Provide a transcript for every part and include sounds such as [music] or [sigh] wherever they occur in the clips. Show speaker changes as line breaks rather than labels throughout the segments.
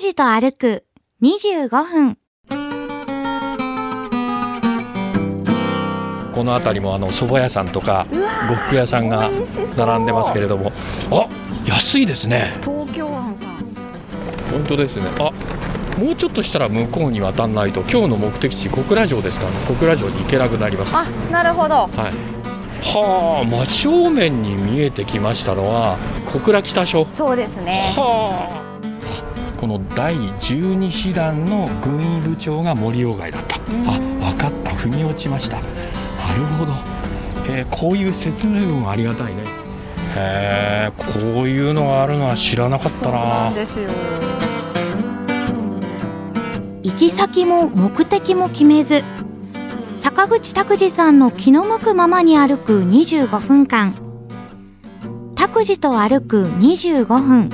筋と歩く25分。
この辺りもあの蕎麦屋さんとか呉服屋さんが並んでますけれどもあ安いですね
東京湾さん
本当ですねあもうちょっとしたら向こうに渡らないと今日の目的地小倉城ですから小倉城に行けなくなりますは
あなるほど
いはあ真正面に見えてきましたのは小倉北署
そうですね
はあこの第12師団の軍医部長が森鴎外だったあ分かった踏み落ちましたなるほど、えーこういう説明文はありがたいねへえこういうのがあるのは知らなかっ
そ
た
うな
なん
ですよ
行き先も目的も決めず、坂口拓司さんの気の向くままに歩く25分間。拓司と歩く25分。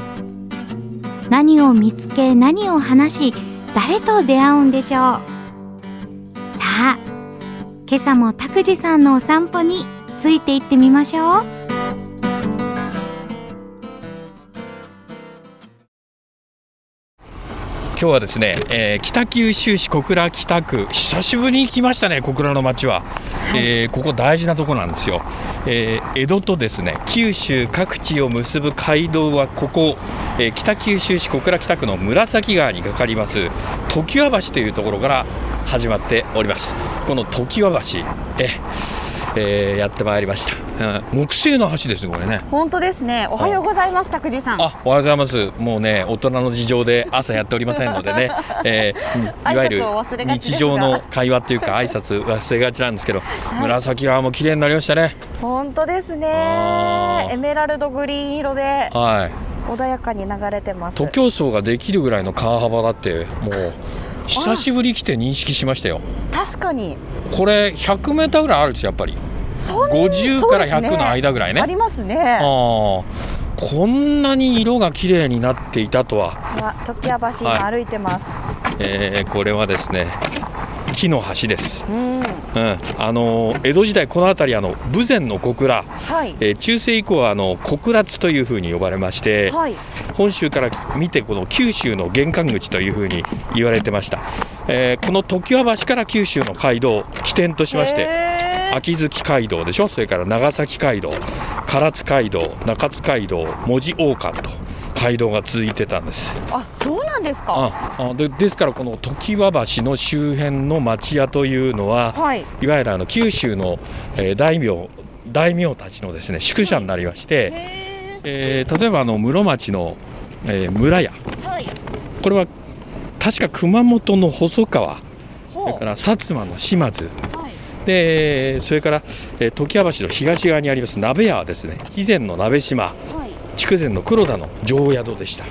何を見つけ、何を話し、誰と出会うんでしょう。さあ、今朝も拓司さんのお散歩について行ってみましょう。
今日はですね、えー北九州市小倉北区久しぶりに来ましたね小倉の街は、えーここ大事なとこなんですよ、えー江戸とですね九州各地を結ぶ街道はここ、えー北九州市小倉北区の紫川にかかります常盤橋というところから始まっておりますこの常盤橋えーえーやってまいりました、うん木製の橋ですねこれね
本当ですねおはようございます拓司さん
あおはようございます、もうね、大人の事情で朝やっておりませんので
[laughs]
ね、えーうんいわゆる
挨拶を忘れがちです
日
が
常の会話というか、挨拶忘れがちなんですけど、紫側も綺麗になりましたね、
本当です
あ
ね
ー
エメラルドグリーン色で
はい、
穏やかに流れてます
徒競走ができるぐらいの川幅だって、もう久しぶりに来て認識しましたよ、
確かに
これ、100メーターぐらいあるんですよ、やっぱり、
そん
50から100の
そうです
間ぐらいね。
ありますね
あーこんなに色が綺麗になっていたとは
わ常盤橋今歩いてます、
えーこれはですね木の橋です、
う
う
ん
んあのー江戸時代この辺りあの豊前の小倉、
はい
えー中世以降はあの小倉津というふうに呼ばれまして、
はい
本州から見てこの九州の玄関口というふうに言われてました、えーこの常盤橋から九州の街道を起点としまして
へー
秋月街道でしょそれから長崎街道唐津街道中津街道門司王冠と街道が続いてたんです
あそうなんですか
ああでですからこの常盤橋の周辺の町屋というのは、
はい
い、わゆるあの九州の、えー大名大名たちのですね宿舎になりまして、
へ
えー例えばあの室町の、えー村屋
ーはい
これは確か熊本の細川それ
ほ
から薩摩の島津
うはい
でそれから、えー、常盤橋の東側にあります鍋屋はですね肥前の鍋島
はい
筑前の黒田の常宿でした、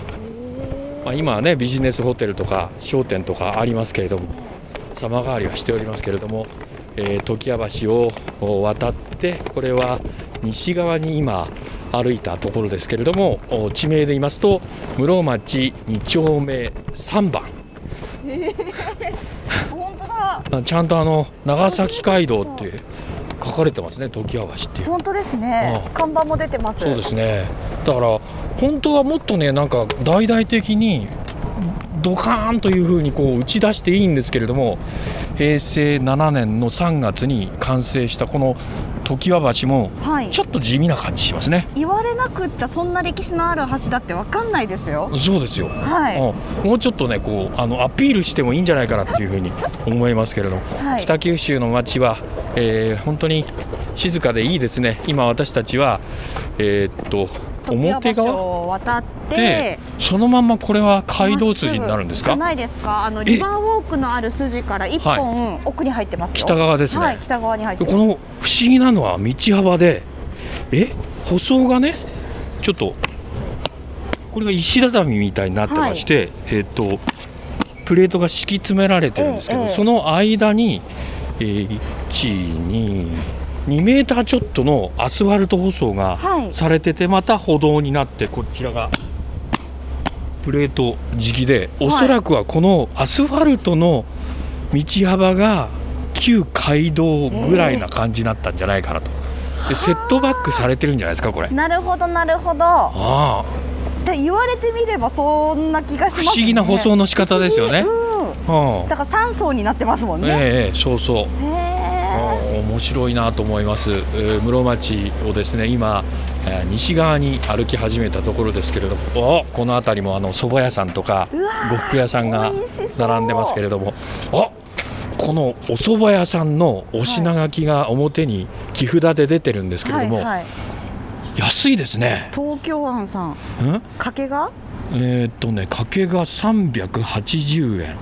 まあ、今はねビジネスホテルとか商店とかありますけれども様変わりはしておりますけれども、えー、常盤橋を渡ってこれは西側に今歩いたところですけれどもお地名で言いますと室町2丁目3番
本当だ
あちゃんとあの長崎街道って書かれてますね常盤橋っていう。
本当ですね
ああ
看板も出てます
そうですねだから本当はもっとねなんか大々的にドカーンというふうにこう打ち出していいんですけれども平成7年の3月に完成したこの常盤橋も
はい
ちょっと地味な感じしますね。
言われなくっちゃそんな歴史のある橋だってわかんないですよ
そうですよ、
はい
うんもうちょっとねこうあのアピールしてもいいんじゃないかなっていうふうに思いますけれども、
はい
北九州の街は、えー本当に静かでいいですね今私たちはえーっと表側
常盤橋を渡っ
で
て
そのまんまこれは街道筋になるんです
じ
か
ゃないですかあのリバーウォークのある筋から一本奥に入ってますよ
北側ですね、
はい北側に入って
こ
ま
の
す
不思議なのは道幅でえ舗装がねちょっとこれが石畳みたいになってまして、えっとプレートが敷き詰められてるんですけど、
ええええ
その間に、えー、122メーターちょっとのアスファルト舗装が
はい
されてて、また歩道になってこちらがプレート敷きでおそらくはこのアスファルトの道幅が旧街道ぐらいな感じになったんじゃないかなと、でセットバックされてるんじゃないですかこれあ
なるほどなるほど
あ
ね言われてみればそんな気がします、ね、
不思議な舗装の仕方ですよね
不思議うん
うん
だから三層になってますもん
ええ
ね、
ええそうそう
へ
あ
え
ー面白いなと思います、えー室町をですね今、えー西側に歩き始めたところですけれどもおこの辺りもあの蕎麦屋さんとか
うわー
呉服屋さんが
美味しそう
並んでますけれどもあこのお蕎麦屋さんのお品書きが表に木札で出てるんですけれ
は
ど
い
も、
はい
安いですね。
東京湾さん
ん
掛けが
えーっとね、かけが380円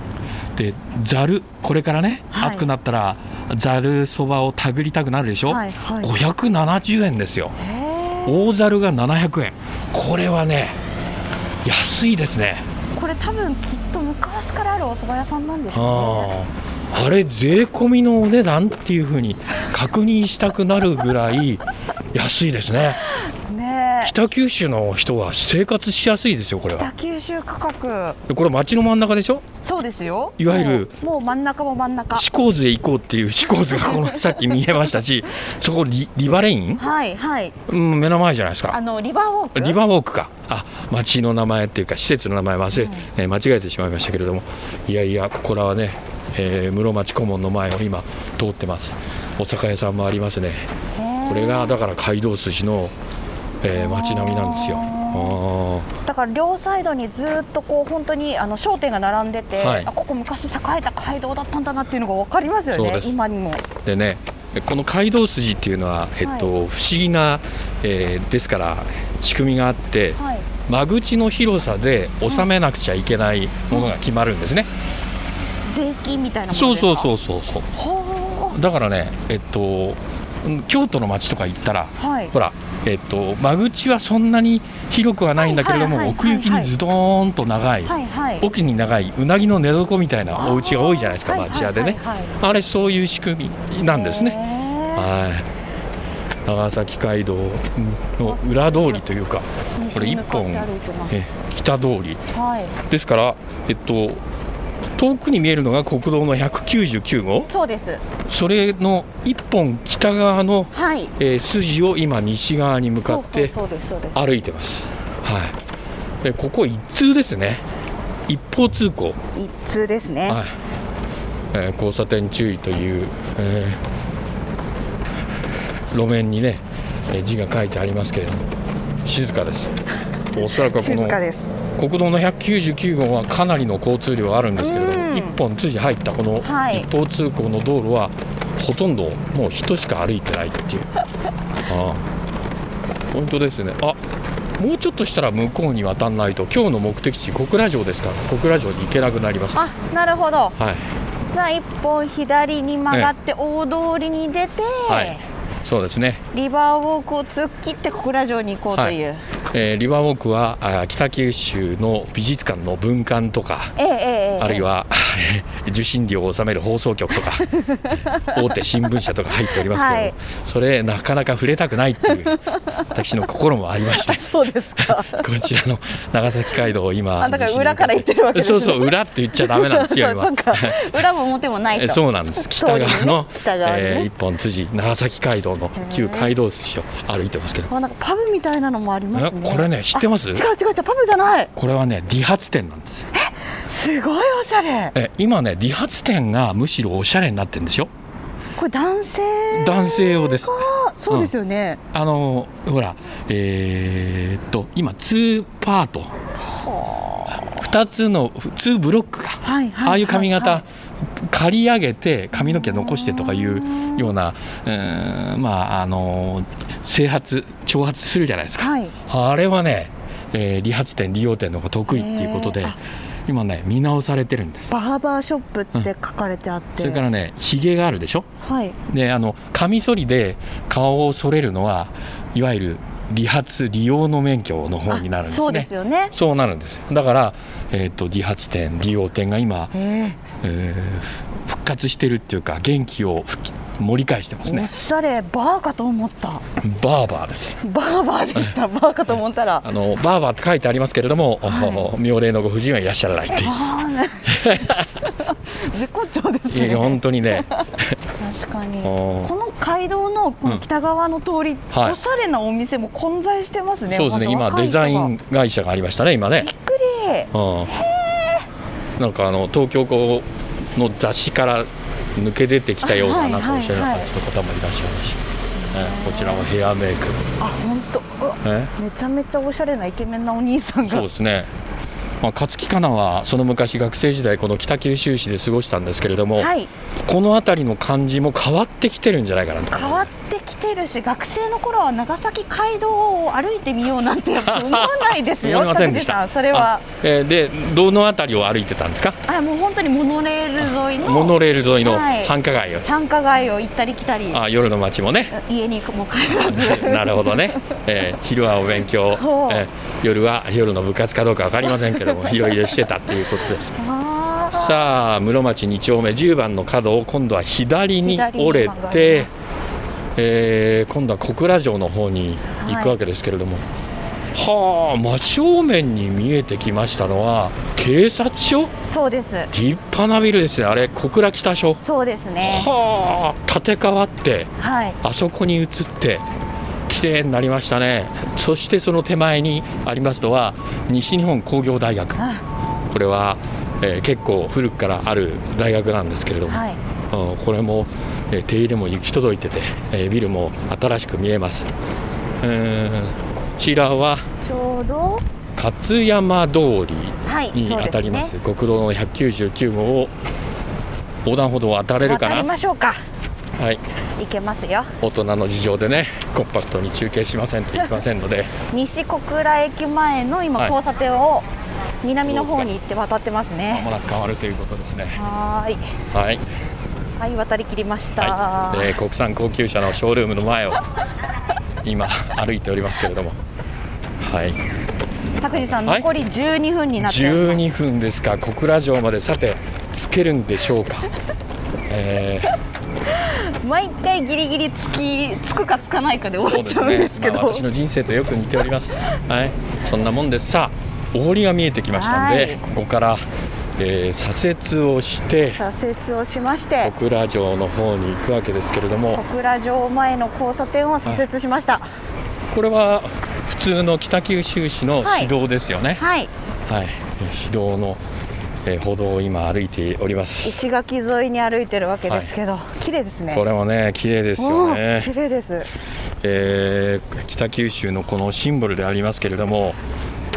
でざるこれからね、
はい
暑くなったらざるそばを手繰りたくなるでしょ、
はいはい
570円ですよ
へえ
大ざるが700円これはね安いですね
これ多分きっと昔からあるお蕎麦屋さんなんでしょうね
あああれ税込みのお値段っていうふうに確認したくなるぐらい [laughs] 安いですね
ねえ
北九州の人は生活しやすいですよこれ
北
は
九州価格
これ街の真ん中でしょ
そうですよ
いわゆる
もうもう真ん中も真ん中
志向図へ行こうっていう志向図がこのさっき見えましたしそこリリバレイン、
はいはい
うん、目の前じゃないです
あ
か
のリバーウォーク
リバーウォークかあ町の名前っていうか施設の名前忘れ、えー間違えてしまいましたけれどもいやいやここらはね、えー室町顧問の前を今通ってますお酒屋さんもありますね
へえ
これがだから街道筋の、えー町並みなんですよあ
だから両サイドにずっとこう本当にあの商店が並んでて、
はい
あここ昔栄えた街道だったんだなっていうのが分かりますよ
そうで
ね
す
今にも
ーでねこの街道筋っていうのは、えっと不思議な、えーですから仕組みがあって、
はい
間口の広さで納めなくちゃいけないものが決まるんですね、
税金みたいなもの
そうそう
う
そうそうそう
ほ
だからねえっとうん京都の町とか行ったら
うはい
ほら、えっと、間口はそんなに広くはないんだけれども、
はいはいはい
奥
はい
行きにズドーンと長い、
はいはい
奥に長いうなぎの寝床みたいなお家が多いじゃないですか
あー
町屋でね、
はいはいはい
あれそういう仕組みなんですね、
ね
はい長崎街道の裏通りというかこれ1本
歩いてます
え北通り
はい
ですから、えっと、遠くに見えるのが国道の199号、
そうです
それの一本北側の、
はい
えー筋を今、西側に向か
そう
っ
そう
て
そうですそうです
歩いてます。はい、でここ、一通ですね、一方通行、はい
一通ですね
えー交差点注意という、えー路面にね、えー字が書いてありますけれども、静か
[laughs]
です。おそらくはこ
静
の
かです
国道の199号はかなりの交通量があるんですけれど
うん
も、一本通じ入ったこの
はい
一方通行の道路はほとんどもう人しか歩いてないっていう
[laughs]
ああポイントですねあもうちょっとしたら向こうに渡らないと今日の目的地小倉城ですから小倉城に行けなくなりますは
あなるほど
い
じゃあ一本左に曲がって大通りに出て、
はいそうですね、
リバーウォークを突っ切って小倉城に行こうという、
えーリバーウォークはあー北九州の美術館の文館とか
ええええええ
あるいは [laughs] 受信料を納める放送局と
[laughs]
か大手新聞社とか入っておりますけれども、
はい
それなかなか触れたくないっていう私の心もありま
[laughs]
して
そうです
[laughs]
か
こちらの長崎街道を今
あだから裏から行ってるわけです
そ
ね
うそう裏って言っちゃダメなんですよ今
[laughs] そうか裏も表もないと
えそうなんです北側の、
通りね北側にね
えー一本筋長崎街道の旧街道筋を歩いてますけど、
あなんかパブみたいなのもありま
え
すね
これね知ってます
違う違う違うパブじゃない
これはね理髪店なんです
すごいおしゃれ
え今ね理髪店がむしろおしゃれになってるんでしょ
これ男性
男性用です
かそうですよね、
あのほらえーっと今2パート2つの2ブロックが、
はいはいはい
ああいう髪
は
型
い
刈り上げて髪の毛残してとかいうようなうーんまああの整髪長髪するじゃないですか、
はい
あれはね、えー理髪店理容店の方が得意っていうこと
へ
で
ーあ
今ね見直されてるんです
バーバーショップって書かれてあって、
それからねひげがあるでしょ
はい
であのカミソリで顔を剃れるのはいわゆる理髪利用の免許の方になるんですね。
あそうですよね
そうなるんですよだから、えー、と理髪店利用店が今、
え
えー復活してるっていうか元気を復帰盛り返してま
え
す
お
ね
しゃれバーかと思った [laughs]
バーバーです
バーバーでしたバーかと思ったら
あのバーバーって書いてありますけれども、
は
妙齢のご婦人はいらっしゃら [laughs] ないっていう
ああ、ね、絶好調です
いや
ね。
本当にね
確かに。
おー
この街道のこの北側の通り、
はい
おしゃれなお店も混在してますね。
そうですね、
ま
今、
だ若
デ
い人
ザ
が
イン会社がありましたね、今ね。
びっくり。
うん、なんかあの東京こうの雑誌から抜け出てきたよう
は
な、
い
なんかおしゃれな
はい
感じの方もいらっしゃるし、えこちらもヘアメイク、
あ、本当。うわ
え
めちゃめちゃおしゃれなイケメンなお兄さん
そう
が。
ですね、まあ、勝木かなはその昔、学生時代、この北九州市で過ごしたんですけれども、
はい。
この辺りの感じも変わってきてるんじゃないかなと。
変わってきてるし、学生の頃は長崎街道を歩いてみようなんて思わないですよ。
思いませんでした
拓司さんそれは
あ。えーでどの辺りを歩いてたんですか
あ、もう本当にモノレール沿いの。
モノレール沿いの
はい
繁華街を、
繁華街を行ったり来たり。
あ夜の街もね
家にも帰ら
[laughs]
ず。
なるほどね、えー昼はお勉強
そ、う
えー夜は夜の部活かどうか分かりませんけど
[laughs]
も、いろいろしてたっていうことです。
あー
さあ、室町2丁目10番の角を今度は左に
左
折れ
曲がり
て
ま、す
えー今度は小倉城の方に行くわけですけれども、はあ、真正面に見えてきましたのは、警察署、
そうです。
立派なビルですね、あれ、小倉北署。
そうですね。
はあ、建て替わって、
はい。
あそこに移って綺麗になりましたねそしてその手前にありますのは西日本工業大学
あ
これは、えー結構古くからある大学なんですけれども、
はい。
うんこれも、えー手入れも行き届いてて、えービルも新しく見えますうーんこちらは
ちょうど。
勝山通り
はい。
に
そうです
当たりま
ね
す国道の199号を横断歩道を渡れるか
渡り
な
ましょうか。
はい
行けますよ。
大人の事情でねコンパクトに中継しませんといけませんので
西小倉駅前の今
はい
交差点を南の方に行って渡ってます
ま
ね。
もなく変わるということですね
はーい。
はい、
はい、渡り切りました。
はいで国産高級車のショールームの前を今歩いておりますけれどもはい
拓司さん、
はい
残り12分になってます。
12分ですか小倉城までさてつけるんでしょうかえー
毎回ギリギリつきつくかつかないかで終
そ
わ
う
っ
で
ち
す
ゃうん
ね
ですけど。
まあ、私の人生とよく似ておりますはいそんなもんですさあお堀が見えてきましたんで、
はい
ここから、えー左折をして
左折をしまして
小倉城の方に行くわけですけれど
小
も
倉城前の交差点を左折しました。
これは普通の北九州市の市道ですよね
はい。
はい、市道の、えー歩道を今歩いております
石垣沿いに歩いてるわけですけど、綺麗ですね。
これもね綺麗ですよ
おー綺
ね、
麗です。
えー北九州のこのシンボルでありますけれども、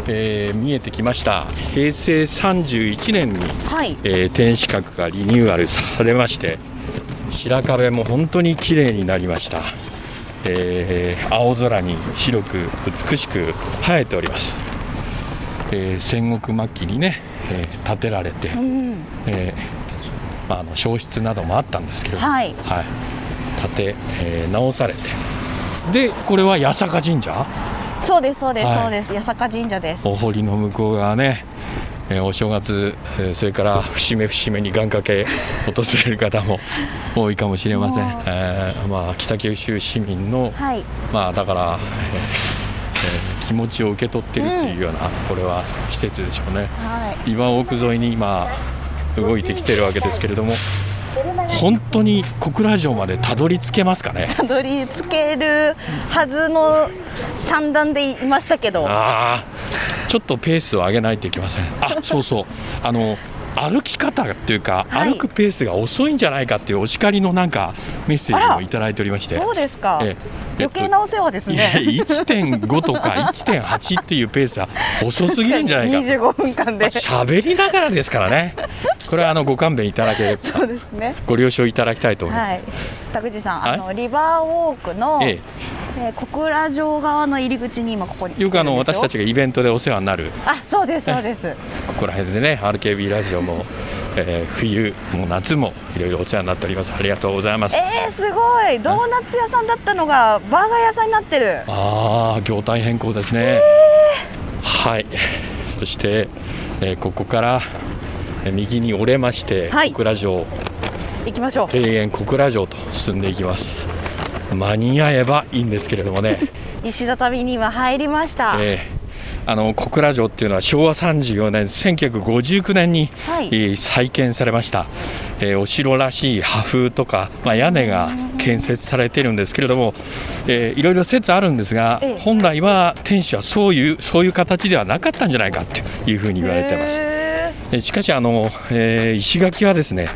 えー見えてきました平成31年に、
はい。
えー天守閣がリニューアルされまして白壁も本当に綺麗になりました、えー青空に白く美しく映えております、えー戦国末期にね、えー建てられて、
うん。
えーまあ、あの消失などもあったんですけれども、
はい
建て、えー直されてでこれは八坂神社
そうですそうです、
はい
そうです八坂神社です。
お堀の向こう側ね、えーお正月、えーそれから節目節目に願掛け訪れる方も多いかもしれません
もう、
えーまあ、北九州市民の、
はい。
まあ、だから、えーえー気持ちを受け取ってるっていうような、これは施設でしょうね
はい。
岩奥沿いに今動いてきてるわけですけれども本当に小倉城までたどり着けますかね
たどり着けるはずの三段でいましたけど。
ああちょっとペースを上げないといけません
[laughs]
あそうそうあの歩き方っていうか、
はい
歩くペースが遅いんじゃないかっていうお叱りのなんかメッセージもいただいておりまして
そうですか。
ええ
余計なお世話です
いや
ね。
1.5とか1.8っていうペースは遅すぎるんじゃないか
二十五分間
まあ
で。
喋りながらですからねこれはあのご勘弁いただければ
そうですね。
ご了承いただきたいと思います、
はい。拓司さん、
はい
あのリバーウォークの、
え
え
え
ー小倉城側の入り口に今ここに。
よくあの私たち
ち。
がイベントでお世話になる
あ、そうですそうです。
ここら辺でね RKB ラジオも、えー冬も夏もいろいろお世話になっておりますありがとうございます
えー、すごいドーナツ屋さんだったのがバーガー屋さんになってる
ああ業態変更ですね、はいそして、えーここからえー右に折れまして、
はい
小倉城
行きましょう
庭園小倉城と進んでいきます間に合えばいいんですけれどもね、
石畳に今入りました、
えあの小倉城っていうのは昭和34年1959年に、
はい
えー再建されました、えーお城らしい破風とか、まあ、屋根が建設されているんですけれども、えーいろいろ説あるんですが、
ええ
本来は天守はそういうそういう形ではなかったんじゃないかというふうに言われてます
へ
えーしかしあの、えー石垣はですね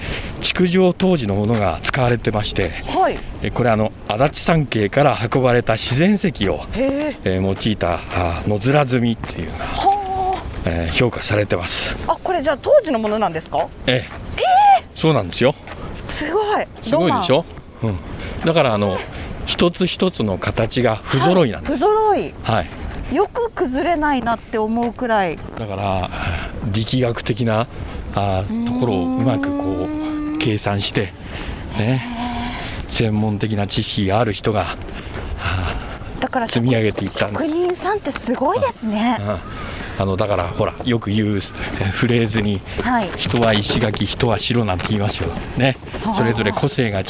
築城当時のものが使われてまして
ーはい。
えーこれあの足立山系から運ばれた自然石を、
へえ。
えー用いたあー野面積みっていうのが、
は
えー評価されてます
あ。あ、これじゃあ当時のものなんですか？
ええそうなんですよ
すごい。
すごいでしょ、うん、だからあの一つ一つの形が不
ロマン。
揃いなん
は
で
不
す、はい
揃い。よく崩れないなって思うくらい。
だから力学的なあーところをうまくこう計算してね専門的な知識がある人が
だから
積み上げていったんで
職
す
人さんってすごいですね。
あのだからほらよく言うえフレーズに
はい
「人は石垣人は白」なんて言いますよね
はあ
それぞれ個性が違う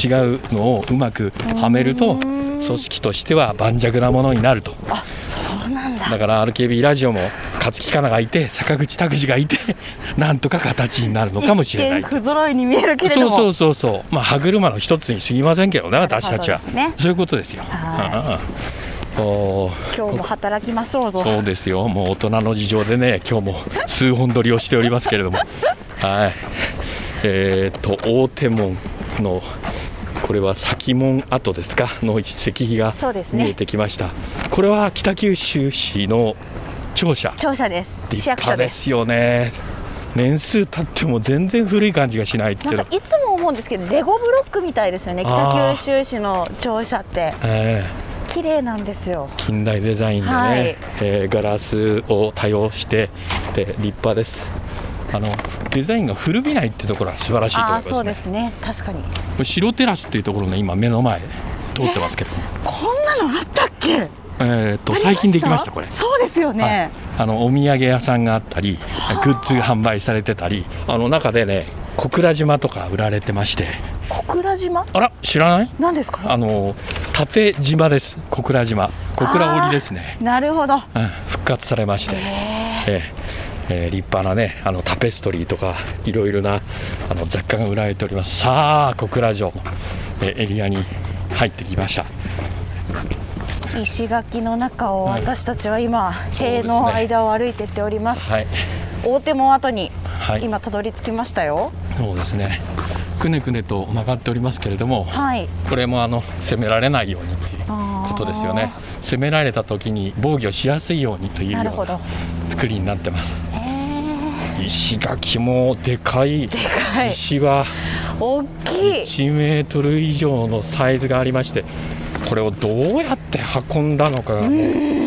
のをうまくはめると組織としては盤石なものになると
あ、そうなんだ。
だから RKB ラジオも勝木かながいて坂口拓司がいて [laughs] なんとか形になるのかもしれない
一見不揃いに見えるけれ
そ
ど
う
も。
そうそうそうまあ歯車の一つに過ぎませんけどね私たちは
なるほどですね
そういうことですよ。
は
うんうんうんおー
今日も働きましょうぞ。
そうですよ、もう大人の事情でね、今日も数本撮りをしておりますけれども、はい、えー、と大手門の、これは先門跡ですか、の石碑が
そうですね
見えてきました、これは北九州市の庁舎、
庁舎です。市
立
役所
派
で。
ですすよね、年数経っても全然古い感じがしないっていう
な
の
んかいつも思うんですけどレゴブロックみたいですよね
あー
北九州市の庁舎って
えー
綺麗なんですよ
近代デザインでね、
はい
えーガラスを多用してで立派ですあのデザインが古びないってところは素晴らしいと
ああ
こ
そ
ろ
う
で
です
ね
すね確かに
これ白テラスっていうところね今目の前通ってますけど、
こんなのあったっけ
えー、と最近できましたこれ、
そうですよ
はい
ね、
あのお土産屋さんがあったりグッズが販売されてたりあの中でね小倉島とか売られてまして
小倉島
あら知らない
なんですか
あの縦島です小倉島小倉織ですね
なるほど
うん復活されまして、えええー立派なねあのタペストリーとかいろいろなあの雑貨が売られておりますさあ小倉城の、えーエリアに入ってきました
石垣の中を
はい
私たちは今
そうで
塀
すね
の間を歩いてっております
はい
大手門跡に
はい
今たどり着きましたよ
そうですねくねくねと曲がっておりますけれども
はい
これもあの攻められないようにっていうことですよね攻められた時に防御しやすいようにというよう
なるほ
な
ど
作りになってます
へえ
石垣もでかいで
かい
石は
大きい
1メートル以上のサイズがありましてこれをどうやって運んだのかがもう不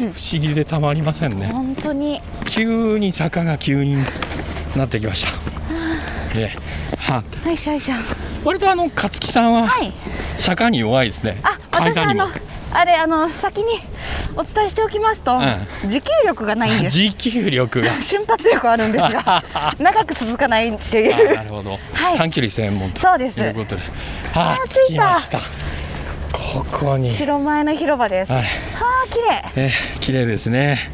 思議でたまりませんね
本当に
急に坂が急になってきましたでは
よいしょよいしょ
割とあの勝木さんは
はい
坂に弱いですね
あ、私あ
に
のあれあの先にお伝えしておきますと、
う
持久力がないんです。
持久力が
瞬発力 [laughs] はあるんです
[laughs]
が、長く続かないって
あ
い
なる
う。
ほど、
はい
短距離専門と
そうです
いうことですあ
あー
着
着
き
いた
ましたここに
白前の広場です。
は
はいあ、綺麗。
えー綺麗ですね、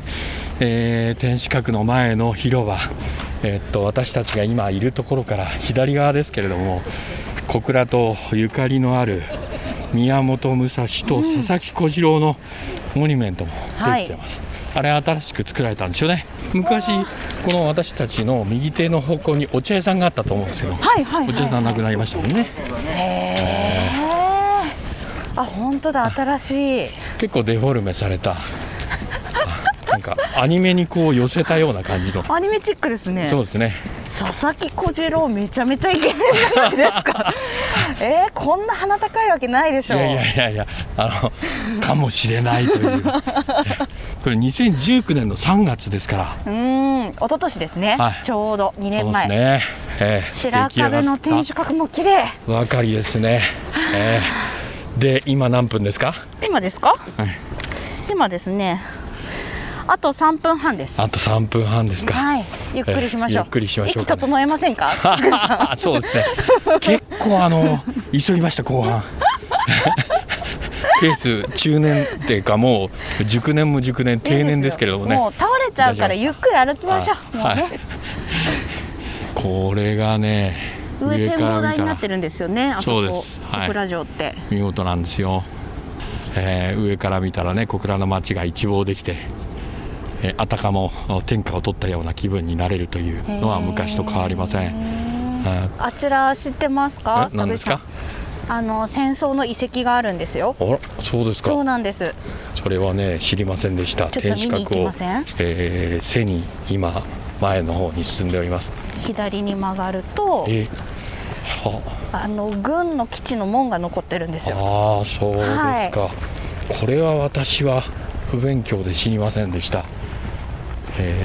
えー天守閣の前の広場、えーっと私たちが今いるところから左側ですけれども小倉とゆかりのある宮本武蔵と佐々木小次郎のモニュメントもできてます、あれ新しく作られたんですよね昔この私たちの右手の方向にお茶屋さんがあったと思うんですけど、
はいはい
お茶屋さ
は
んなくなりましたもんね
い。へえ。あ、本当だ新しい。
結構デフォルメされたなんかアニメにこう寄せたような感じの
アニメチックですね。
そうですね。
佐々木小次郎めちゃめちゃイケメンじゃないです
[laughs]
か。えー、こんな鼻高いわけないでし
い
ょ。
やいやいやいや、あの、かもしれないと
[laughs]
いう。これ2019年の3月ですから。
うーん、一昨年ですね。
はい
ちょうど2年前。
そうですね。ええ
白壁の天守閣も綺
出来上
麗
がったばかりですね。ええで、今何分ですか。
今ですか
はい
今ですねあと3分半です
あと3分半ですか。
はいゆっくりしましょう、
ええゆっくりしましょうかね
息整えませんか
[laughs] そうですね。結構あの、急ぎました、後
[laughs]
半。ペース中年っていうかもう熟年も熟年定年ですけれどもね
もう倒れれちゃうから
大丈
ゆっくり歩きましょう。もう
はい
ね、
これがね
上
上
展
から見た
望台にな
ら
ってるんですよね。あそ
そうで
こ
すはい
小倉城って。
見事なんですよ、えー上から見たらね小倉の街が一望できて、えーあたかも天下を取ったような気分になれるというのは昔と変わりません、あ
あちら知ってますか？
え何ですか
田部さんあの戦争の遺跡があるんですよ。
あらそうです
そう
か
なんです。
それはね知りませんでした
ちょっと見に行きません
えー背に今前の方に進んでおります
左に曲がると
えーは
あの軍の基地の門が残ってるんですよ。
ああそうですか、これは私は不勉強で知りませんでしたえ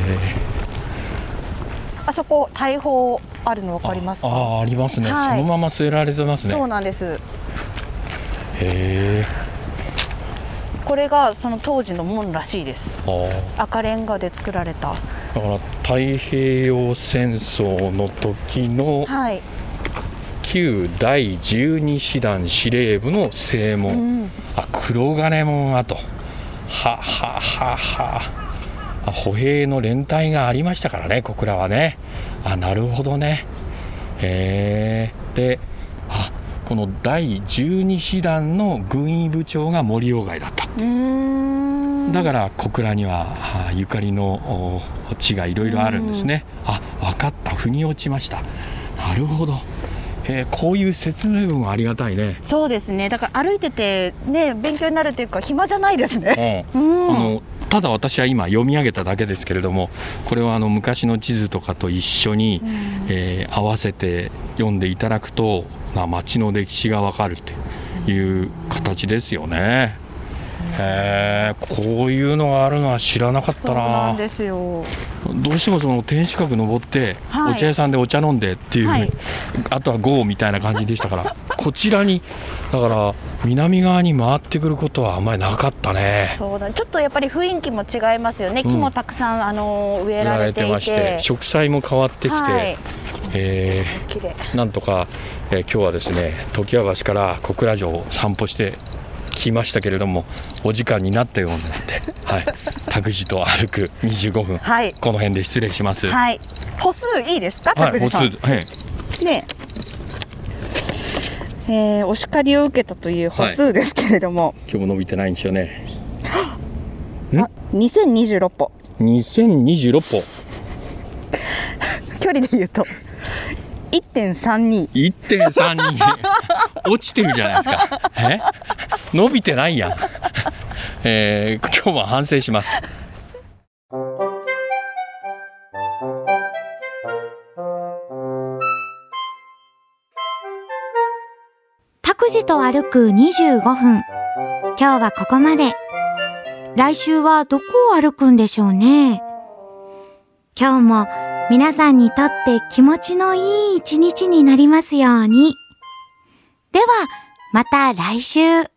ー
あそこ大砲あるのわかります
あ
か？
あありますね、
はい
そのまま据えられてますね
そうなんです。
へえ
これがその当時の門らしいです。
あー
赤レンガで作られた。
だから太平洋戦争の時の
はい。
旧第12師団司令部の正門、
うん。
あ黒金門跡ははははあ歩兵の連隊がありましたからね小倉はねあなるほどねへえであこの第12師団の軍医部長が森鴎外だった
うーん
だから小倉にはあゆかりのお地がいろいろあるんですね、あ分かった腑に落ちましたなるほど、えーこういう説明文はありがたいね、
そうですね。だから歩いててね勉強になるというか暇じゃないです
う
ね。
ん
うん。
あのただ私は今読み上げただけですけれどもこれはあの昔の地図とかと一緒に、
うん
えー合わせて読んでいただくと、まあ、町の歴史がわかるっていう形ですよね。へーこういうのがあるのは知らなかっ
そ
た
うな
なん
ですよ。
どうしてもその天守閣登って、
はい
お茶屋さんでお茶飲んでっていう、
はい
あとはゴーみたいな感じでしたから [laughs] こちらにだから南側に回ってくることはあんまりなかったね。
そうだ。ちょっとやっぱり雰囲気も違いますよね。
うん
木もたくさんあの植え
売ら
ら
れ
れて
て
い
ま
て。
して植栽も変わってきて、
はい。
え
綺麗。
ーなんとか、えー今日はですね常盤橋から小倉城を散歩してきましたけれどもお時間になったようなので、はい、タクシーと歩く25分、
はい。
この辺で失礼します。
はい。歩数いいですか、拓司さん。
歩数はい、
ねええーお叱りを受けたという歩数ですけれども、
今日も伸びてないんですよね。い
あ2026歩
2026歩
距離で言うと1.32
1.32落ちてるじゃないですかえ伸びてないやん、えー今日は反省します
タクジと歩く25分。今日はここまで。来週はどこを歩くんでしょうね。今日も皆さんにとって気持ちのいい一日になりますように。では、また来週。